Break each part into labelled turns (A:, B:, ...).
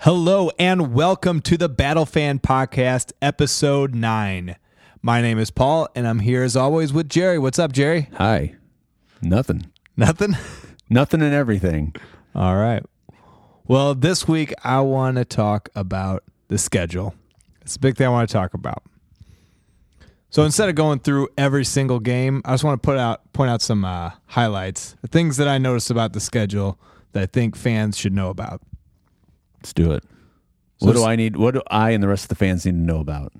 A: Hello and welcome to the Battle Fan Podcast, episode nine. My name is Paul, and I'm here as always with Jerry. What's up, Jerry?
B: Hi. Nothing.
A: Nothing?
B: Nothing and everything.
A: All right. Well, this week I want to talk about the schedule. It's a big thing I want to talk about. So instead of going through every single game, I just want to put out point out some uh, highlights, the things that I noticed about the schedule that I think fans should know about.
B: Let's do it. what do
A: s-
B: I need? What do I and the rest of the fans need to know about?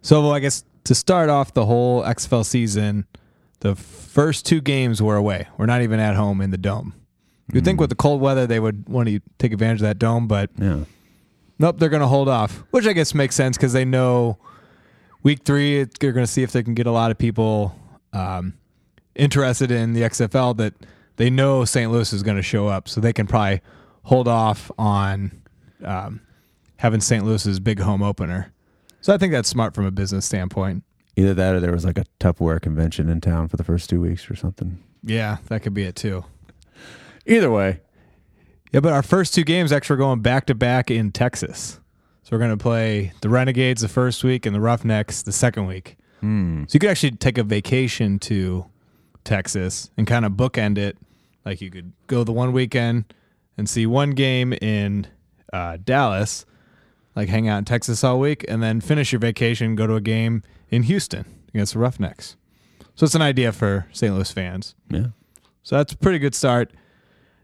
A: So well, I guess to start off the whole XFL season, the first two games were away. We're not even at home in the dome. You'd think with the cold weather they would want to take advantage of that dome, but
B: Yeah.
A: nope, they're going to hold off, which I guess makes sense because they know week three it- they're going to see if they can get a lot of people um, interested in the XFL that they know St. Louis is going to show up, so they can probably hold off on um, having St. Louis's big home opener. So I think that's smart from a business standpoint.
B: Either that or there was like a Tupperware convention in town for the first two weeks or something.
A: Yeah, that could be it too.
B: Either way.
A: Yeah, but our first two games actually are going back to back in Texas. So we're going to play the Renegades the first week and the Roughnecks the second week. So you could actually take a vacation to Texas and kind of bookend it. Like you could go the one weekend and see one game in uh, Dallas, like hang out in Texas all week, and then finish your vacation, go to a game in Houston against the Roughnecks. So it's an idea for St. Louis fans.
B: Yeah.
A: So that's a pretty good start.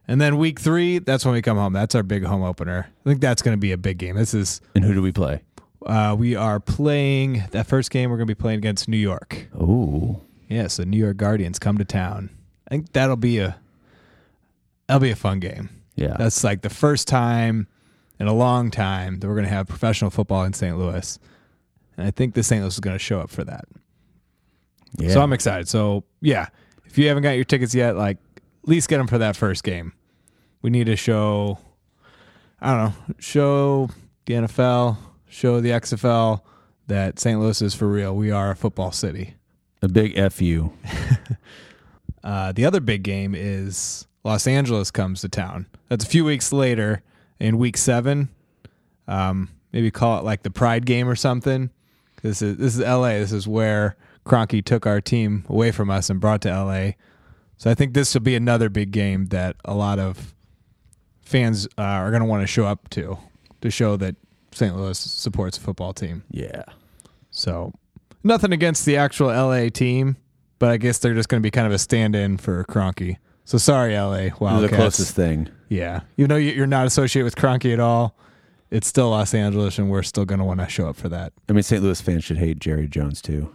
A: And then week three, that's when we come home. That's our big home opener. I think that's going to be a big game. This is,
B: And who do we play?
A: uh, we are playing that first game. We're going to be playing against New York.
B: Oh.
A: Yeah, so New York Guardians come to town. I think that'll be a that'll be a fun game.
B: Yeah.
A: That's like the first time in a long time that we're going to have professional football in St. Louis, and I think the St. Louis is going to show up for that.
B: yeah.
A: So I'm excited. So yeah, if you haven't got your tickets yet, like at least get them for that first game. We need to show, I don't know, show the NFL, show the XFL that St. Louis is for real. We are a football city.
B: a big FU.
A: Uh, the other big game is Los Angeles comes to town. That's a few weeks later in week seven. Um, maybe call it like the Pride game or something. This is this is L.A. This is where Kroenke took our team away from us and brought to L.A. So I think this will be another big game that a lot of fans uh, are going to want to show up to to show that St. Louis supports a football team.
B: Yeah.
A: So nothing against the actual LA team, but I guess they're just going to be kind of a stand-in for Cronky. So sorry, LA
B: They're
A: Wildcats.
B: the closest thing.
A: Yeah, even though you- you're not associated with Cronky at all, it's still Los Angeles, and we're still going to want to show up for that.
B: I mean, St. Louis fans should hate Jerry Jones too.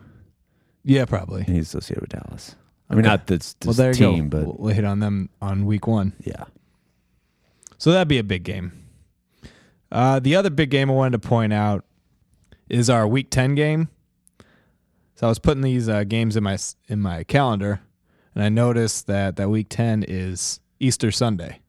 A: Yeah, probably.
B: And he's associated with Dallas. I mean, not this, this
A: Well, there you
B: team,
A: go. We'll-
B: but
A: we'll hit on them on week one.
B: yeah.
A: So that'd be a big game. Uh, the other big game I wanted to point out is our Week Ten game. So I was putting these uh, games in my s- in my calendar, and I noticed that that Week Ten is Easter Sunday.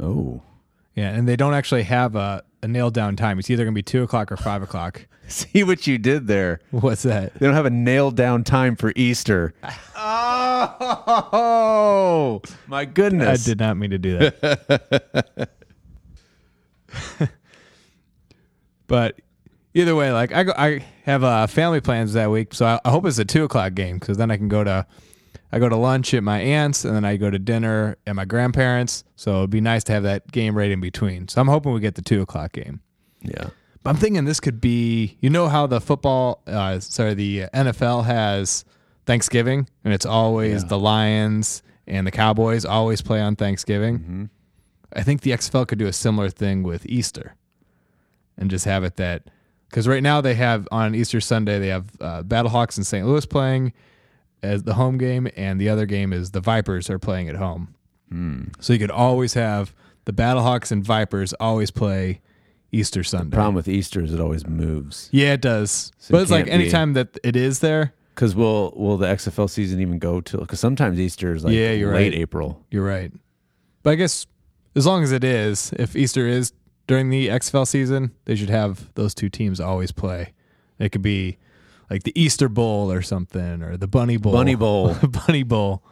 B: Oh.
A: Yeah, and they don't actually have a, a nailed down time. It's either gonna be two o'clock or five o'clock.
B: See what you did there.
A: What's that?
B: They don't have a nailed down time for Easter. Oh, my
A: I
B: goodness.
A: did not mean to do that. but either way, like I go, I have uh, family plans that week, so I, I hope it's a two o'clock game because then I can go to I go to lunch at my aunt's and then I go to dinner at my grandparents. So it'd be nice to have that game right in between. So I'm hoping we get the two o'clock game.
B: Yeah.
A: But I'm thinking this could be you know how the football uh, sorry the NFL has Thanksgiving and it's always the Lions and the Cowboys always play on Thanksgiving. I think the XFL could do a similar thing with Easter and just have it that because right now they have on Easter Sunday they have uh, Battlehawks in St. Louis playing as the home game and the other game is the Vipers are playing at home. So you could always have the Battlehawks and Vipers always play Easter Sunday.
B: Problem with Easter is it always moves.
A: Yeah, it does.
B: So
A: but
B: it
A: it's like
B: can't be.
A: anytime that it is there,
B: Because will will the XFL season even go till? Because sometimes Easter is like
A: Yeah, you're
B: late
A: right.
B: April.
A: you're right. But I guess as long as it is, if Easter is during the XFL season, they should have those two teams always play. It could be like the Easter Bowl or something, or the Bunny Bowl.
B: Bunny Bowl.
A: Bunny Bowl.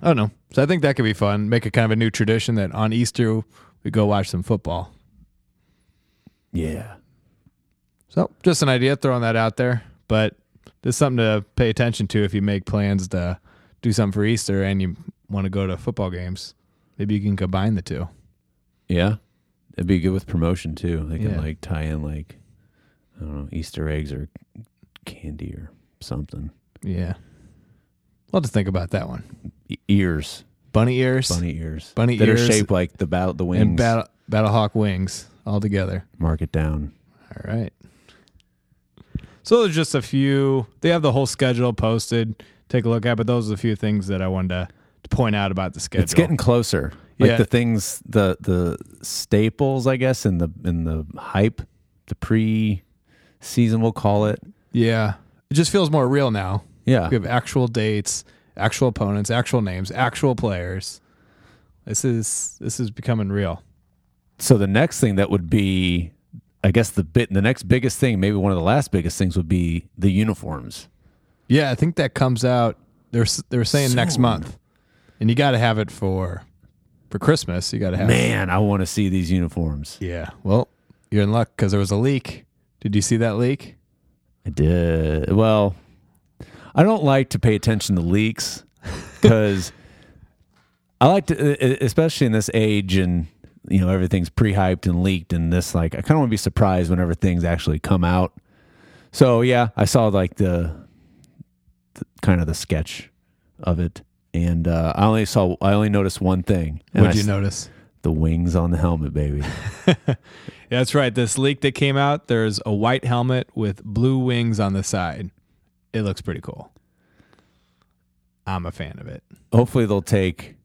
A: I don't know. So I think that could be fun. Make it kind of a new tradition that on Easter we go watch some football.
B: Yeah.
A: So just an idea, throwing that out there. But this is something to pay attention to if you make plans to do something for Easter and you want to go to football games. Maybe you can combine the two.
B: Yeah. It'd be good with promotion too. They can
A: Yeah.
B: like tie in like I don't know, Easter eggs or candy or something.
A: Yeah. We'll just think about that one.
B: E- ears.
A: Bunny ears
B: Bunny ears.
A: Bunny
B: that
A: ears
B: are shaped like the bout the wings.
A: and battle, Battlehawk wings all together.
B: Mark it down.
A: All right. So there's just a few. They have the whole schedule posted. Take a look at, but those are the few things that I wanted to, to point out about the schedule.
B: It's getting closer. Like
A: Yeah.
B: the things the the staples, I guess, and the and the hype, the pre season we'll call it.
A: yeah. It just feels more real now.
B: Yeah.
A: We have actual dates, actual opponents, actual names, actual players. This is this is becoming real.
B: So the next thing that would be, I guess the bit, the next biggest thing, maybe one of the last biggest things, would be the uniforms.
A: Yeah, I think that comes out. They're s- they're saying next
B: Soon.
A: month, and you got to have it for for Christmas. You got to have
B: Man, I want to see these uniforms.
A: Yeah. Well, you're in luck because there was a leak. Did you see that leak?
B: I did well. I don't like to pay attention to leaks because I like to, e, especially in this age and you know everything's pre-hyped and leaked and this like I kind of want to be surprised whenever things actually come out. So yeah, I saw like the, the kind of the sketch of it, and uh, I only saw I only noticed one thing. and
A: What'd you
B: I s-
A: notice?
B: The wings on the helmet, baby.
A: Yeah, that's right. This leak that came out, there's a white helmet with blue wings on the side. It looks pretty cool. I'm a fan of it.
B: Hopefully they'll take.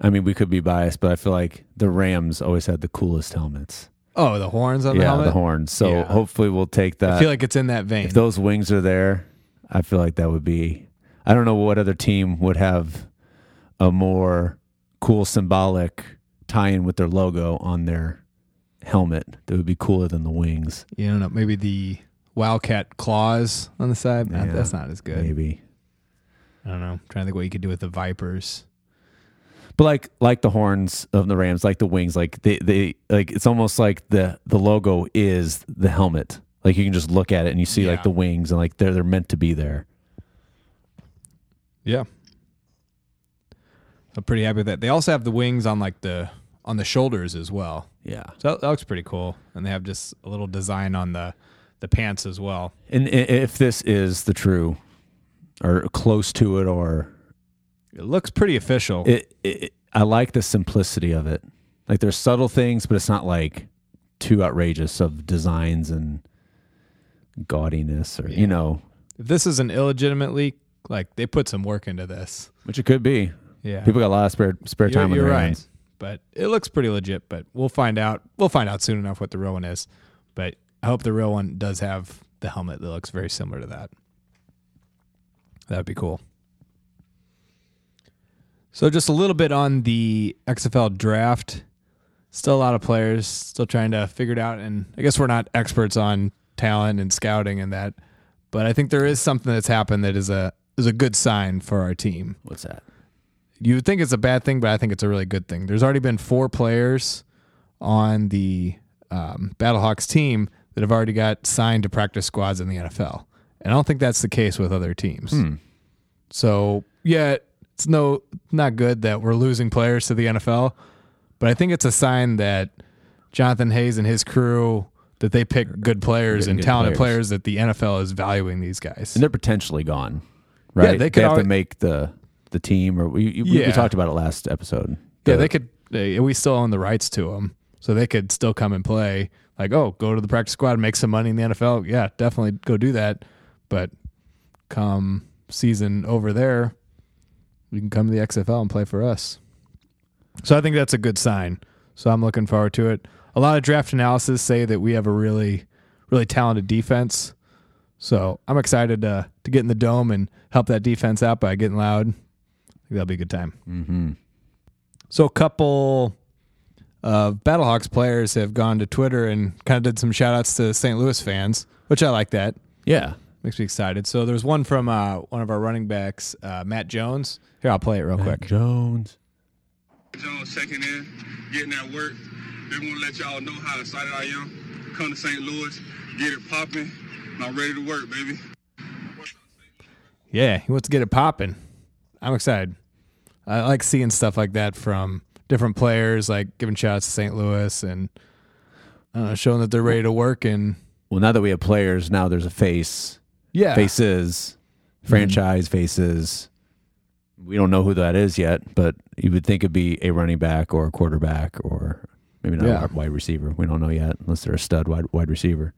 B: I mean, we could be biased, but I feel like the Rams always had the coolest helmets.
A: Oh, the horns on the
B: yeah,
A: helmet.
B: the horns. So
A: Yeah.
B: hopefully we'll take that.
A: I feel like it's in that vein.
B: if those wings are there, I feel like that would be. I don't know what other team would have a more cool symbolic tie-in with their logo on their helmet that would be cooler than the wings.
A: you don't know, maybe the wildcat claws on the side. Nah,
B: Yeah,
A: that's not as good.
B: Maybe,
A: I don't know. I'm trying to think what you could do with the vipers.
B: but like like the horns of the Rams, like the wings, like they they like it's almost like the the logo is the helmet. Like you can just look at it and you see
A: Yeah.
B: like the wings and like they're they're meant to be there.
A: Yeah. I'm pretty happy with that. They also have the wings on like the on the shoulders as well.
B: Yeah.
A: So that, that looks pretty cool. And they have just a little design on the the pants as well.
B: And i- if this is the true or close to it, or
A: It looks pretty official.
B: it, it, I like the simplicity of it. Like there's subtle things, but it's not like too outrageous of designs and gaudiness, or you know,
A: if this is an illegitimate leak, like they put some work into this.
B: which it could be.
A: Yeah.
B: People got a lot of spare spare
A: you're,
B: time on
A: you're
B: their
A: right.
B: hands.
A: But it looks pretty legit, but we'll find out. We'll find out soon enough what the real one is. But I hope the real one does have the helmet that looks very similar to that. That'd be cool. So just a little bit on the XFL draft. Still a lot of players, still trying to figure it out. And I guess we're not experts on talent and scouting and that. But I think there is something that's happened that is a is a good sign for our team
B: What's that?
A: you would think it's a bad thing, but I think it's a really good thing. There's already been four players on the um, Battlehawks team that have already got signed to practice squads in the NFL, and I don't think that's the case with other teams.
B: Hmm.
A: So yeah, it's no not good that we're losing players to the NFL, but I think it's a sign that Jonathan Hayes and his crew that they pick good players
B: Getting
A: and
B: good
A: talented
B: players.
A: players. that the NFL is valuing these guys.
B: And they're potentially gone, right?
A: they
B: they,
A: could
B: have
A: alwa-
B: to make the the team, or we, you- we, we
A: Yeah.
B: talked about it last episode.
A: Yeah,
B: The-
A: they could. They, we still own the rights to them, so they could still come and play. Like, oh, go to the practice squad, make some money in the NFL. Yeah, definitely go do that. But come season over there, you can come to the XFL and play for us. So I think that's a good sign. So I'm looking forward to it. A lot of draft analysis say that we have a really, really talented defense. So I'm excited to to get in the dome and help that defense out by getting loud. I think that'll be a good time. So a couple of Battlehawks players have gone to Twitter and kind of did some shout outs to St. Louis fans, which I like that.
B: yeah,
A: Makes me excited. So there's one from uh, one of our running backs, uh, Matt Jones. Here, I'll play it real quick.
B: Jones.
C: Jones checking in, getting that work. Just want to let y'all know how excited I am. Come to St. Louis, get it popping, and I'm ready to work, baby.
A: Yeah, he wants to get it popping. I'm excited. I like seeing stuff like that from different players, like giving shots to St. Louis and uh, showing that they're ready to work. And
B: Well, now that we have players, now there's a face,
A: yeah,
B: faces, franchise
A: Mm-hmm.
B: faces. We don't know who that is yet, but you would think it'd be a running back or a quarterback or maybe not
A: Yeah.
B: a wide receiver. We don't know yet unless they're a stud wide wide receiver.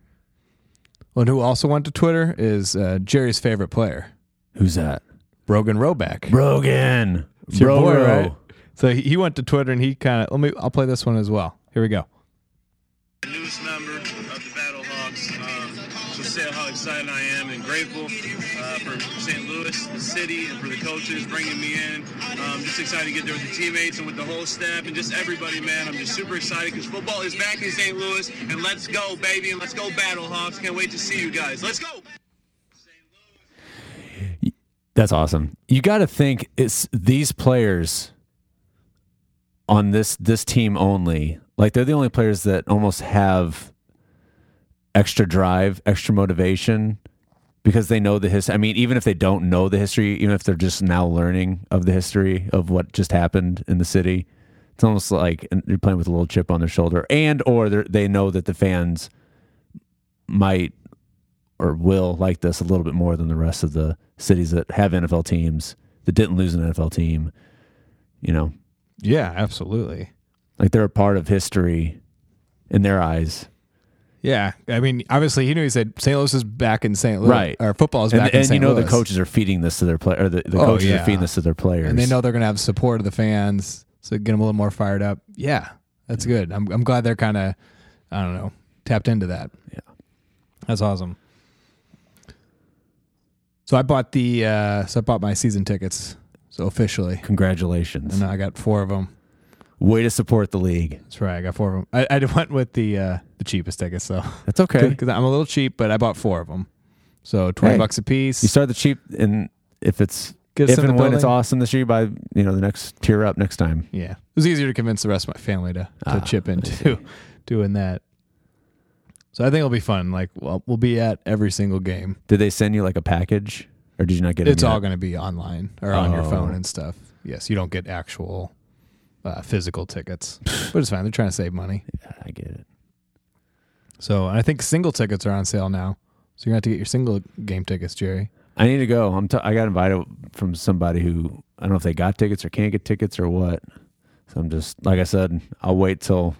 A: Well, and who also went to Twitter is uh, Jerry's favorite player,
B: Who's that?
A: Rogan Roback.
B: Rogan.
A: It's your boy,
B: Roro.
A: right? So he- he went to Twitter and he kind of let me. I'll play this one as well. Here we go.
D: The newest member of the Battle Hawks. Um, just say how excited I am and grateful uh, for St. Louis, the city, and for the coaches bringing me in. Um, just excited to get there with the teammates and with the whole staff and just everybody, man. I'm just super excited because football is back in St. Louis, and let's go, baby, and let's go, Battle Hawks. Can't wait to see you guys. Let's go.
B: That's awesome. You got to think it's these players on this this team only. Like they're the only players that almost have extra drive, extra motivation because they know the history. I mean, even if they don't know the history, even if they're just now learning of the history of what just happened in the city, it's almost like they're playing with a little chip on their shoulder, and or they're- they know that the fans might or will like this a little bit more than the rest of the cities that have NFL teams that didn't lose an NFL team. You know,
A: Yeah, absolutely.
B: like they're a part of history in their eyes.
A: Yeah, I mean, obviously he knew he said St. Louis is back in St. Louis,
B: Right.
A: Or football is
B: And,
A: back in
B: and
A: St.
B: you know, the
A: Louis.
B: coaches are feeding this to their player, or the, the
A: Oh,
B: coaches
A: yeah.
B: are feeding this to their players.
A: and they know they're going to have support of the fans, so get them a little more fired up. Yeah, that's good. I'm I'm glad they're kind of, I don't know, tapped into that.
B: Yeah.
A: that's awesome. So I bought the uh, so I bought my season tickets so officially,
B: Congratulations.
A: and I got four of them.
B: Way to support the league.
A: That's right, I got four of them. I, I went with the uh, the cheapest tickets though,
B: That's okay.
A: because I'm a little cheap, but I bought four of them, so twenty
B: Hey,
A: bucks a piece.
B: You start the cheap, and if it's
A: Get us
B: if
A: in
B: and
A: the
B: when it's
A: building.
B: awesome this year, by you know the next tier up next time.
A: Yeah. It was easier to convince the rest of my family to, to
B: Ah,
A: chip in too, doing that. So I think it'll be fun. Like, well, we'll be at every single game.
B: Did they send you like a package, or did you not get it?
A: It's
B: yet?
A: all going to be online or on your
B: Oh.
A: phone and stuff. Yes, you don't get actual uh, physical tickets, but it's fine. They're trying to save money.
B: I get it.
A: So and I think single tickets are on sale now. So you're going to have to get your single game tickets, Jerry.
B: I need to go. I'm t- I got invited from somebody who I don't know if they got tickets or can't get tickets or what. So I'm just like I said, I'll wait till.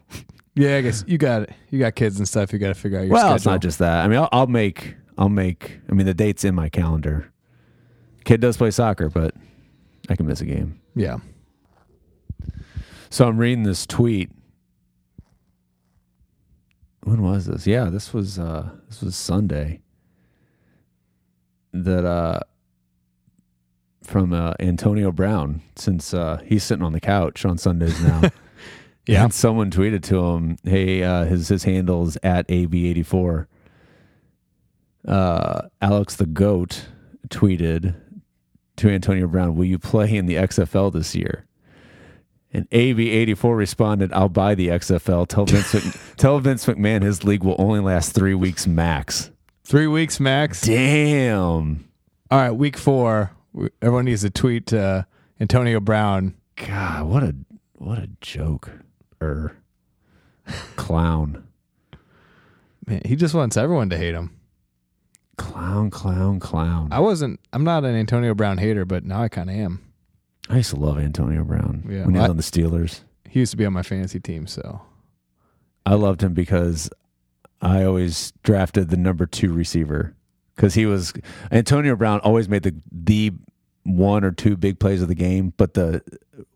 A: Yeah, I guess you got you got kids and stuff. You got to figure out your
B: well,
A: schedule.
B: it's not just that. I mean, I'll, I'll make. I'll make. I mean, the date's in my calendar. Kid does play soccer, but I can miss a game.
A: yeah.
B: So I'm reading this tweet. When was this? Yeah, this was uh this was Sunday. That uh from uh Antonio Brown since uh he's sitting on the couch on Sundays now.
A: Yeah.
B: And someone tweeted to him, "Hey, uh his his handle's at AB84." Uh Alex the Goat tweeted to Antonio Brown, "Will you play in the XFL this year?" And AB84 responded, "I'll buy the XFL. Tell Vince, Mc- tell Vince McMahon his league will only last three weeks max."
A: Three weeks max.
B: Damn,
A: All right, week four. we- Everyone needs to tweet uh, Antonio Brown.
B: God, what a what a joke, er, clown,
A: Man, he just wants everyone to hate him.
B: clown, clown, clown.
A: I wasn't. I'm not an Antonio Brown hater, but now I kind of am.
B: I used to love Antonio Brown
A: Yeah,
B: when he
A: well,
B: was
A: I-
B: on the Steelers.
A: He used to be on my fantasy team, so
B: I loved him because I always drafted the number two receiver because he was Antonio Brown always made the the one or two big plays of the game, but the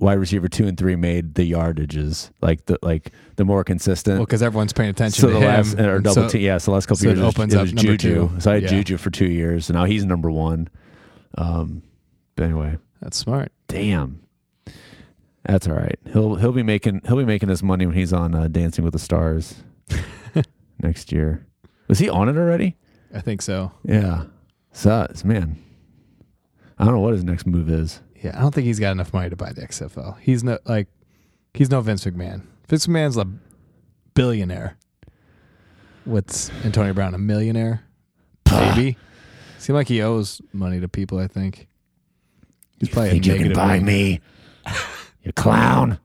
B: wide receiver two and three made the yardages like the like the more consistent.
A: well because everyone's paying attention
B: So
A: to
B: the
A: him.
B: last or
A: and
B: double
A: so-
B: team, yeah. So the last couple
A: so it
B: years, it was-
A: opens
B: it
A: up
B: was
A: number
B: Juju.
A: two.
B: So I had
A: Yeah.
B: Juju for two years, and now he's number one. Um, but anyway,
A: That's smart.
B: damn, that's all right. He'll he'll be making he'll be making his money when he's on uh, Dancing with the Stars next year. Was he on it already?
A: I think so.
B: Yeah. Sucks, man. I don't know what his next move is.
A: Yeah, I don't think he's got enough money to buy the XFL. He's no like, he's no Vince McMahon. Vince McMahon's a billionaire. What's Antonio Brown? A millionaire? Maybe. Seems like he owes money to people. I think he's probably
B: Think
A: a
B: you can
A: negative
B: buy
A: one.
B: me? You clown.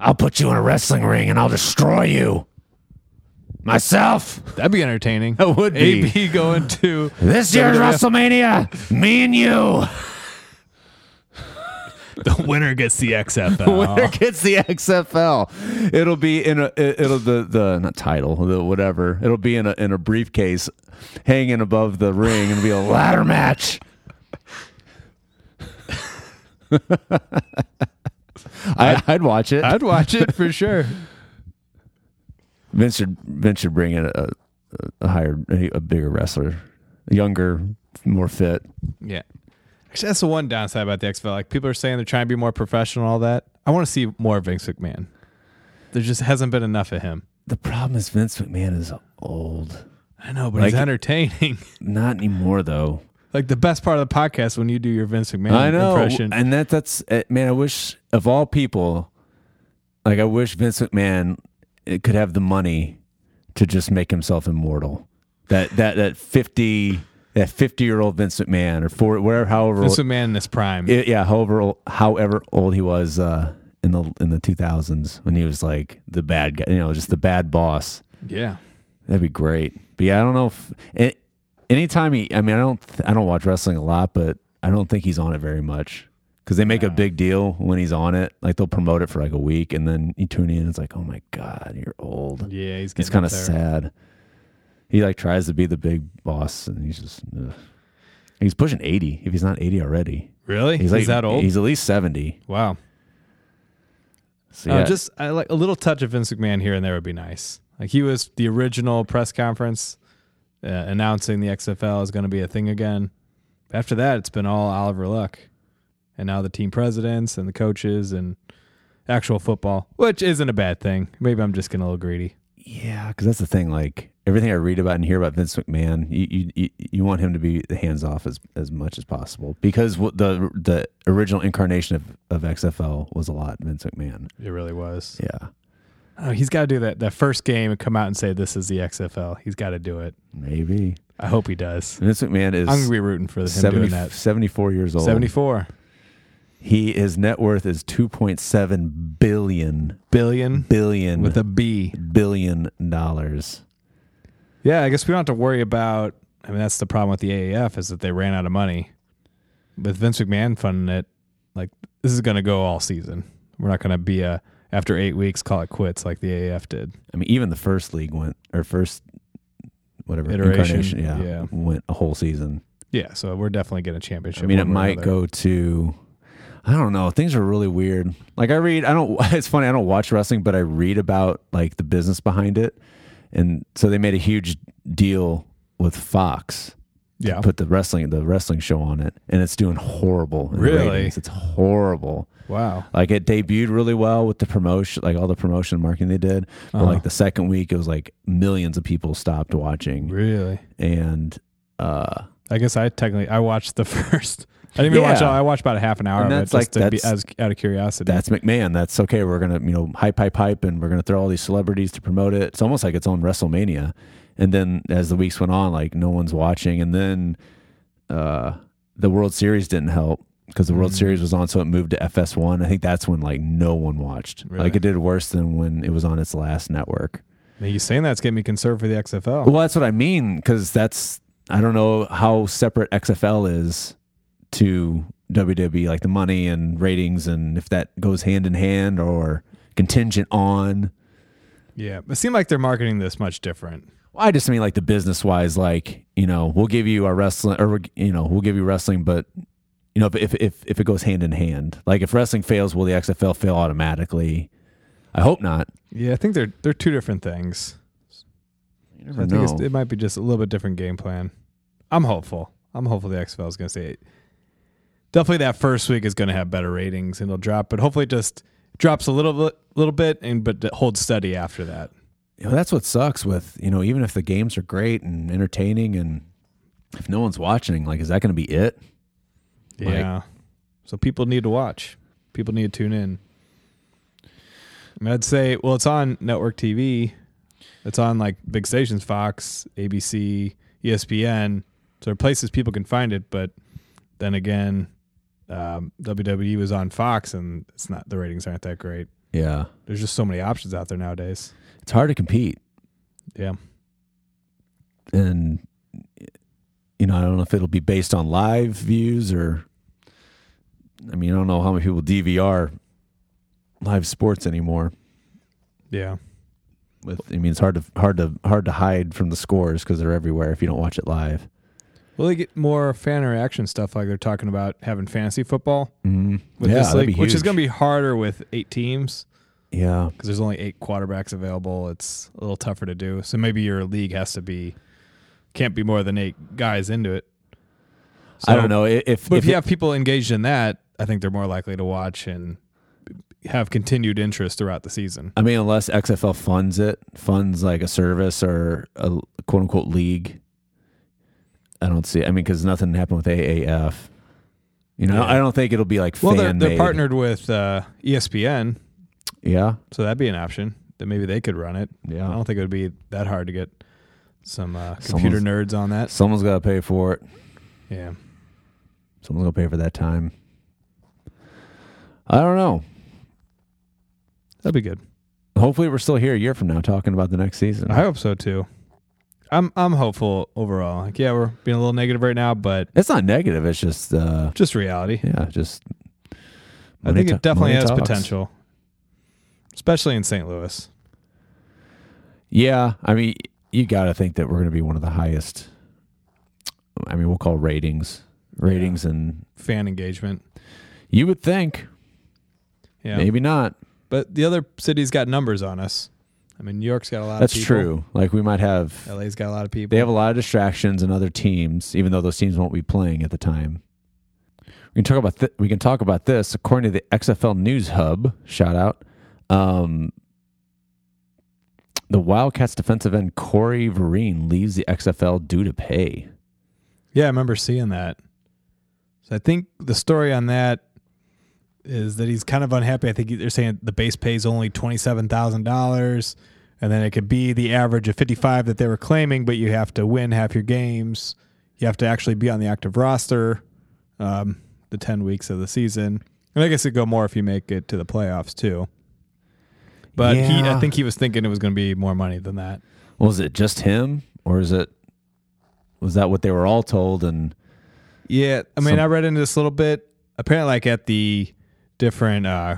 B: I'll put you in a wrestling ring and I'll destroy you. Myself.
A: That'd be entertaining.
B: That would be.
A: AB going to
B: This year's
A: WWF.
B: WrestleMania. Me and you.
A: the winner gets the XFL.
B: winner gets the XFL. Oh. It'll be in a it- it'll the the not title the whatever. It'll be in a in a briefcase hanging above the ring and be a ladder match. I, I'd watch it.
A: I'd watch it for sure.
B: Vince should Vince should bring in a, a higher a bigger wrestler, younger, more fit.
A: Yeah. Actually, that's the one downside about the XFL. Like people are saying they're trying to be more professional, and all that. I want to see more of Vince McMahon. There just hasn't been enough of him.
B: The problem is Vince McMahon is old.
A: I know, but
B: he's
A: he's entertaining.
B: Not anymore though.
A: like the best part of the podcast when you do your Vince McMahon
B: I know,
A: impression.
B: and that that's uh, man. I wish of all people, like I wish Vince McMahon uh, could have the money to just make himself immortal. That that that fifty that fifty year old Vince McMahon or four wherever however
A: Vince McMahon in his prime.
B: it- yeah however ol- however old he was uh, in the in the two thousands when he was like the bad guy, you know, just the bad boss.
A: yeah.
B: That'd be great. But yeah, I don't know if a- anytime he. I mean, I don't. th- I don't watch wrestling a lot, but I don't think he's on it very much because they make a big deal when he's on it. Like they'll promote it for like a week, and then you tune in. and It's like, oh my god, you're old.
A: Yeah, he's
B: it's
A: getting
B: kind
A: up
B: of
A: there.
B: sad. He like tries to be the big boss, and he's just. ugh. He's pushing eighty. If he's not eighty already,
A: Really?
B: he's
A: He's
B: like
A: that old?
B: He's at least seventy.
A: wow.
B: So
A: Uh,
B: yeah,
A: just I like a little touch of Vince McMahon here and there would be nice. Like he was the original press conference uh, announcing the XFL is going to be a thing again. After that, it's been all Oliver Luck, and now the team presidents and the coaches and actual football, which isn't a bad thing. Maybe I'm just getting a little greedy.
B: Yeah, because that's the thing. Like everything I read about and hear about Vince McMahon, you you- you, you want him to be hands off as, as much as possible because what the the original incarnation of, of XFL was a lot Vince McMahon.
A: It really was.
B: Yeah,
A: Oh, he's got to do that that first game and come out and say this is the XFL. He's got to do it.
B: maybe
A: I hope he does.
B: Vince McMahon
A: I'm gonna
B: is
A: be rooting for him
B: 70,
A: doing that.
B: 74 years old.
A: 74
B: He his net worth is two point seven billion
A: billion
B: billion
A: with a B.
B: billion dollars.
A: Yeah, I guess we don't have to worry about. I mean, that's the problem with the AAF is that they ran out of money. With Vince McMahon funding it, like this is going to go all season. We're not going to be a after eight weeks call it quits like the AAF did.
B: I mean, even the first league went or first whatever
A: Iteration,
B: incarnation, yeah,
A: yeah.
B: went a whole season.
A: Yeah, so we're definitely getting a championship.
B: I mean, it
A: one way or
B: might
A: another.
B: go to. I don't know. Things are really weird. Like I read, I don't. It's funny. I don't watch wrestling, but I read about like the business behind it, and so they made a huge deal with Fox.
A: Yeah,
B: Put the wrestling the wrestling show on it, and it's doing horrible. in the
A: Really?
B: ratings. it's horrible.
A: wow.
B: Like it debuted really well with the promotion, like all the promotion and marketing they did. But
A: Uh-huh.
B: like the second week, it was like millions of people stopped watching,
A: Really?
B: and uh,
A: I guess I technically I watched the first. I didn't even watch.
B: Yeah.
A: All, I watched about a half an hour of
B: And
A: it
B: that's
A: just
B: like-
A: to be, as,
B: that's-
A: out of curiosity.
B: that's McMahon. That's okay. We're gonna you know hype, hype, hype, and we're gonna throw all these celebrities to promote it. It's almost like its own WrestleMania. And then as the weeks went on, like no one's watching. And then uh, the World Series didn't help because the World Series was on, so it moved to FS1. I think that's when like no one watched.
A: Really?
B: Like it did worse than when it was on its last network.
A: Now, you saying that's getting me concerned for the XFL.
B: Well, that's what I mean because that's I don't know how separate XFL is to WWE, like the money and ratings, and if that goes hand in hand or contingent on.
A: Yeah, it seemed like they're marketing this much different.
B: I just mean like the business wise, like you know, we'll give you our wrestling, or you know, we'll give you wrestling, but you know, if if if, if it goes hand in hand, like if wrestling fails, will the XFL fail automatically? I hope not.
A: Yeah, I think they're they're two different things. I think it's, it might be just a little bit different game plan. I'm hopeful. I'm hopeful the XFL is going to say definitely that first week is going to have better ratings and it'll drop, but hopefully it just drops a little bit, little bit, and but holds steady after that.
B: you know, that's what sucks with you know even if the games are great and entertaining and if no one's watching like is that going to be it
A: Yeah. so people need to watch. People need to tune in. And I'd say, well, it's on network TV. It's on like big stations, Fox, ABC, ESPN. So there are places people can find it. But then again, um, WWE was on Fox, and it's not the ratings aren't that great.
B: Yeah.
A: There's just so many options out there nowadays.
B: It's hard to compete.
A: Yeah,
B: And, you know, I don't know if it'll be based on live views or, I mean, I don't know how many people DVR live sports anymore.
A: yeah.
B: With, I mean, it's hard to hard to hard to hide from the scores because they're everywhere if you don't watch it live.
A: Well, they get more fan reaction stuff, like they're talking about having fantasy football
B: Mm-hmm.
A: with
B: yeah,
A: this
B: that'd
A: league,
B: be
A: which is
B: huge.
A: going to be harder with eight teams
B: yeah,
A: because there's only eight quarterbacks available. It's a little tougher to do. So maybe your league has to be can't be more than eight guys into it.
B: I don't know i- if
A: But if,
B: if
A: you
B: it-
A: have people engaged in that, I think they're more likely to watch and have continued interest throughout the season.
B: I mean, unless XFL funds it, funds like a service or a quote unquote league. I don't see. I mean, because nothing happened with AAF. You know, I don't think it'll be like
A: Well,
B: fan
A: they're, they're
B: made.
A: partnered with uh, ESPN,
B: Yeah,
A: so that'd be an option that maybe they could run it.
B: Yeah.
A: I don't think it would be that hard to get some uh, computer
B: Someone's-
A: nerds on that.
B: someone's got to pay for it.
A: Yeah.
B: Someone's gonna pay for that time. I don't know.
A: That'd be good.
B: Hopefully, we're still here a year from now talking about the next season.
A: I hope so too. I'm I'm hopeful overall. Like yeah, we're being a little negative right now, but
B: It's not negative. It's just, uh,
A: just reality.
B: yeah, just.
A: I think it definitely has
B: talks.
A: potential. Especially in St. Louis.
B: Yeah, I mean, you got to think that we're going to be one of the highest. I mean, we'll call ratings, ratings, and
A: Fan engagement.
B: you would think
A: Yeah.
B: maybe not.
A: But the other cities got numbers on us. I mean, New York's got a lot
B: That's
A: of people.
B: true. Like we might have,
A: LA's got a lot of people.
B: they have a lot of distractions and other teams, even though those teams won't be playing at the time. We can talk about th- we can talk about this according to the XFL News Hub. Shout out. Um, the Wildcats defensive end Corey Vereen leaves the XFL due to pay.
A: yeah, I remember seeing that. So I think the story on that is that he's kind of unhappy. I think they're saying the base pay is only twenty seven thousand dollars, and then it could be the average of fifty five that they were claiming, but you have to win half your games. You have to actually be on the active roster um, the ten weeks of the season, and I guess it'd go more if you make it to the playoffs too. But he, I
B: Yeah.
A: think he was thinking it was going to be more money than that.
B: Was it just him, or is it? Was that what they were all told? And
A: Yeah, I mean,
B: Some-
A: I read into this a little bit. Apparently, like at the different, uh,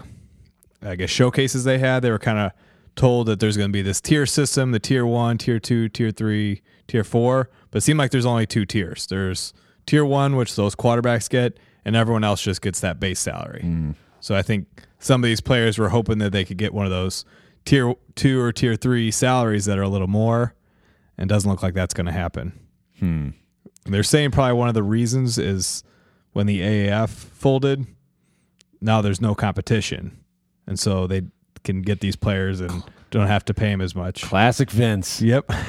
A: I guess showcases they had, they were kind of told that there's going to be this tier system: the tier one, tier two, tier three, tier four. But it seemed like there's only two tiers. There's tier one, which those quarterbacks get, and everyone else just gets that base salary. So I think some of these players were hoping that they could get one of those tier two or tier three salaries that are a little more, and it doesn't look like that's going to happen. Hmm. And They're saying probably one of the reasons is when the AAF folded, now there's no competition. And so they can get these players and don't have to pay them as much.
B: classic Vince.
A: Yep.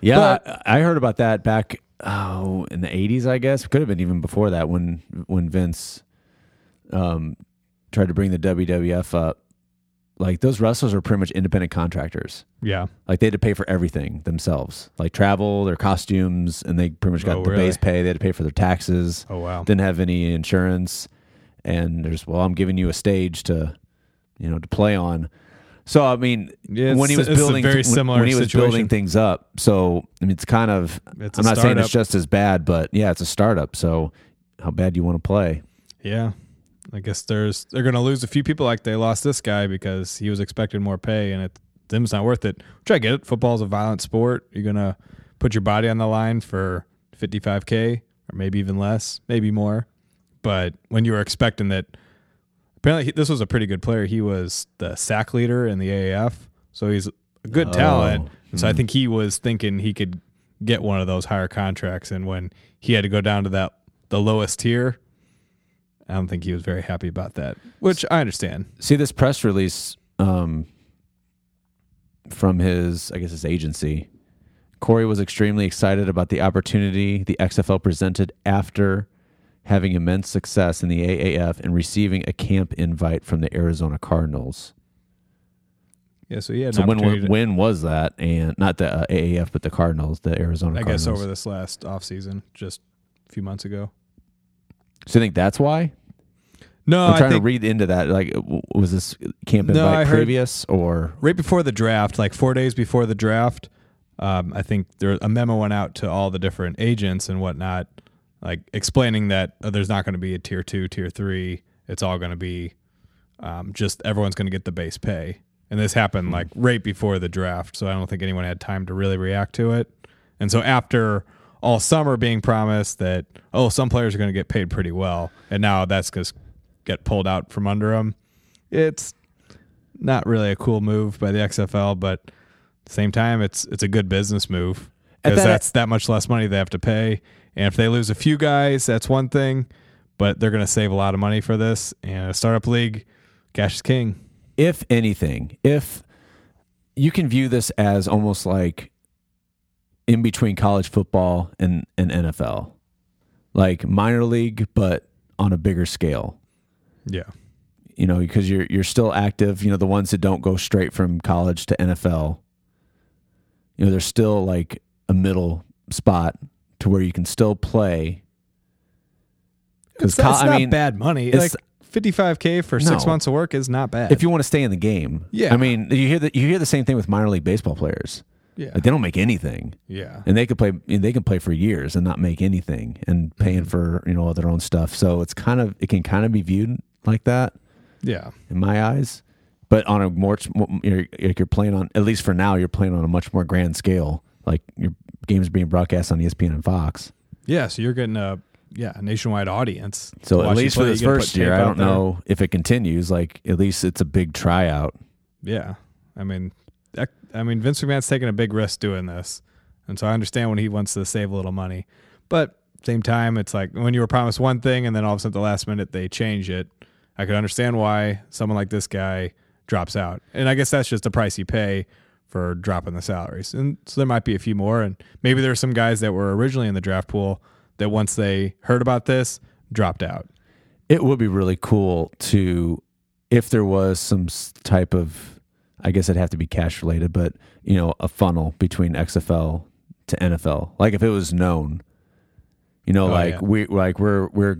B: Yeah, I, I heard about that back oh in the eighties. I guess could have been even before that when when Vince um, tried to bring the WWF up. Like those wrestlers are pretty much independent contractors.
A: Yeah.
B: Like they had to pay for everything themselves, like travel, their costumes, and they pretty much got
A: Oh,
B: the
A: really?
B: base pay. They had to pay for their taxes.
A: Oh, wow.
B: didn't have any insurance and there's well i'm giving you a stage to you know to play on so i mean
A: Yeah, it's-
B: when he was
A: it's a
B: building
A: very
B: when-
A: similar
B: when he was
A: situation.
B: building things up so i mean it's kind of
A: It's a
B: i'm not saying
A: startup.
B: it's just as bad but yeah it's a startup so how bad do you want to play
A: Yeah. I guess there's they're going to lose a few people like they lost this guy because he was expecting more pay and it them's not worth it. Which I get it. Football's a violent sport. You're going to put your body on the line for 55k or maybe even less, maybe more. But when you were expecting that apparently he, this was a pretty good player. He was the sack leader in the AAF. So he's a good
B: Oh.
A: talent. So
B: Mm-hmm.
A: I think he was thinking he could get one of those higher contracts and when he had to go down to that the lowest tier I don't think he was very happy about that, which I understand.
B: see this press release um, from his, I guess, his agency. Corey was extremely excited about the opportunity the XFL presented after having immense success in the AAF and receiving a camp invite from the Arizona Cardinals.
A: Yeah, so he had an
B: So when
A: opportunity to-
B: when was that? And not the uh, AAF, but the Cardinals, the Arizona
A: I
B: Cardinals.
A: guess over this last offseason, just a few months ago.
B: So you think that's why?
A: No,
B: I'm
A: Oh, I
B: trying
A: think
B: to read into that. Like, w- was this camp
A: No, I
B: invite
A: heard-
B: previous or?
A: right before the draft, like four days before the draft, um, I think there a memo went out to all the different agents and whatnot, like explaining that uh, there's not going to be a tier two, tier three. It's all going to be um, just everyone's going to get the base pay. And this happened like right before the draft, so I don't think anyone had time to really react to it. And so after all summer being promised that oh some players are going to get paid pretty well, and now that's just get pulled out from under them. It's not really a cool move by the XFL, but at the same time, it's it's a good business move
B: At
A: because
B: that-
A: that's that much less money they have to pay. And if they lose a few guys, that's one thing, but they're going to save a lot of money for this. And a startup league, cash is king.
B: if anything, if you can view this as almost like in between college football and, and NFL, like minor league, but on a bigger scale,
A: Yeah,
B: you know, because you're, you're still active, you know, the ones that don't go straight from college to NFL, you know, there's still like a middle spot to where you can still play.
A: it's,
B: col-
A: it's not bad money. Like
B: it's-
A: fifty five k for six
B: No.
A: months of work is not bad.
B: if you want to stay in the game.
A: Yeah.
B: I mean, you hear the you hear the same thing with minor league baseball players.
A: yeah,
B: Like they don't make anything,
A: yeah,
B: and they could play they can play for years and not make anything, and paying
A: Mm-hmm.
B: for you know all their own stuff. So it's kind of it can kind of be viewed like that
A: yeah,
B: in my eyes. But on a more you're, like you're playing on at least for now you're playing on a much more grand scale. Like your games being broadcast on E ESPN and Fox.
A: yeah. So you're getting a yeah a nationwide audience.
B: So
A: to watch
B: at
A: you
B: least for
A: play. You
B: this
A: gotta put
B: first year,
A: tape
B: I
A: out
B: don't
A: there.
B: know if it continues. Like at least it's a big tryout.
A: Yeah, I mean, that, I mean, Vince McMahon's taking a big risk doing this, and so I understand when he wants to save a little money, but same time, it's like when you were promised one thing and then all of a sudden at the last minute they change it. I could understand why someone like this guy drops out, and I guess that's just the price you pay for dropping the salaries. And so there might be a few more, and maybe there are some guys that were originally in the draft pool that once they heard about this dropped out.
B: it would be really cool to if there was some s- type of i guess it'd have to be cash related but you know a funnel between xfl to nfl like if it was known you know
A: Oh,
B: like
A: yeah.
B: we like we're we're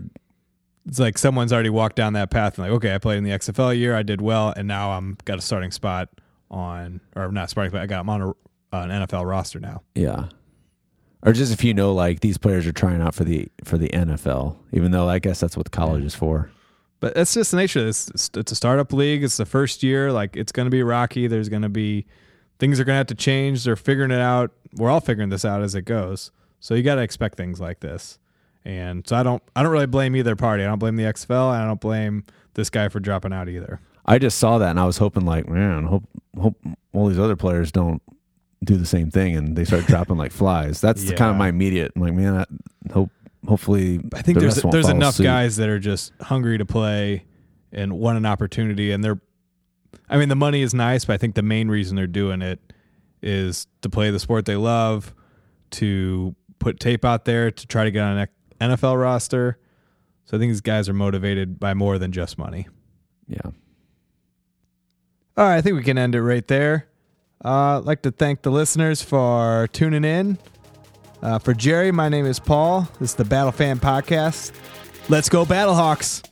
A: it's like someone's already walked down that path and like, okay, I played in the XFL year, I did well, and now I'm got a starting spot on or not starting, but I got I'm on a, an NFL roster now.
B: yeah or just if you know like these players are trying out for the for the nfl even though i guess that's what college is for
A: But that's just the nature of this. It's, it's a startup league. It's the first year. Like it's going to be rocky. There's going to be things are going to have to change. They're figuring it out. We're all figuring this out as it goes. So you got to expect things like this. And so I don't I don't really blame either party. I don't blame the XFL and I don't blame this guy for dropping out either.
B: i just saw that and i was hoping like man hope hope all these other players don't do the same thing and they start dropping like flies that's the kind of
A: Yeah.
B: my immediate I'm like man i hope hopefully
A: I think there's there's enough
B: suit.
A: guys that are just hungry to play and want an opportunity, and they're. I mean, the money is nice, but I think the main reason they're doing it is to play the sport they love, to put tape out there, to try to get on an NFL roster. So I think these guys are motivated by more than just money.
B: yeah
A: All right, I think we can end it right there. Uh, I'd like to thank the listeners for tuning in. Uh, for Jerry, my name is Paul. This is the Battle Fan Podcast. Let's go, Battlehawks!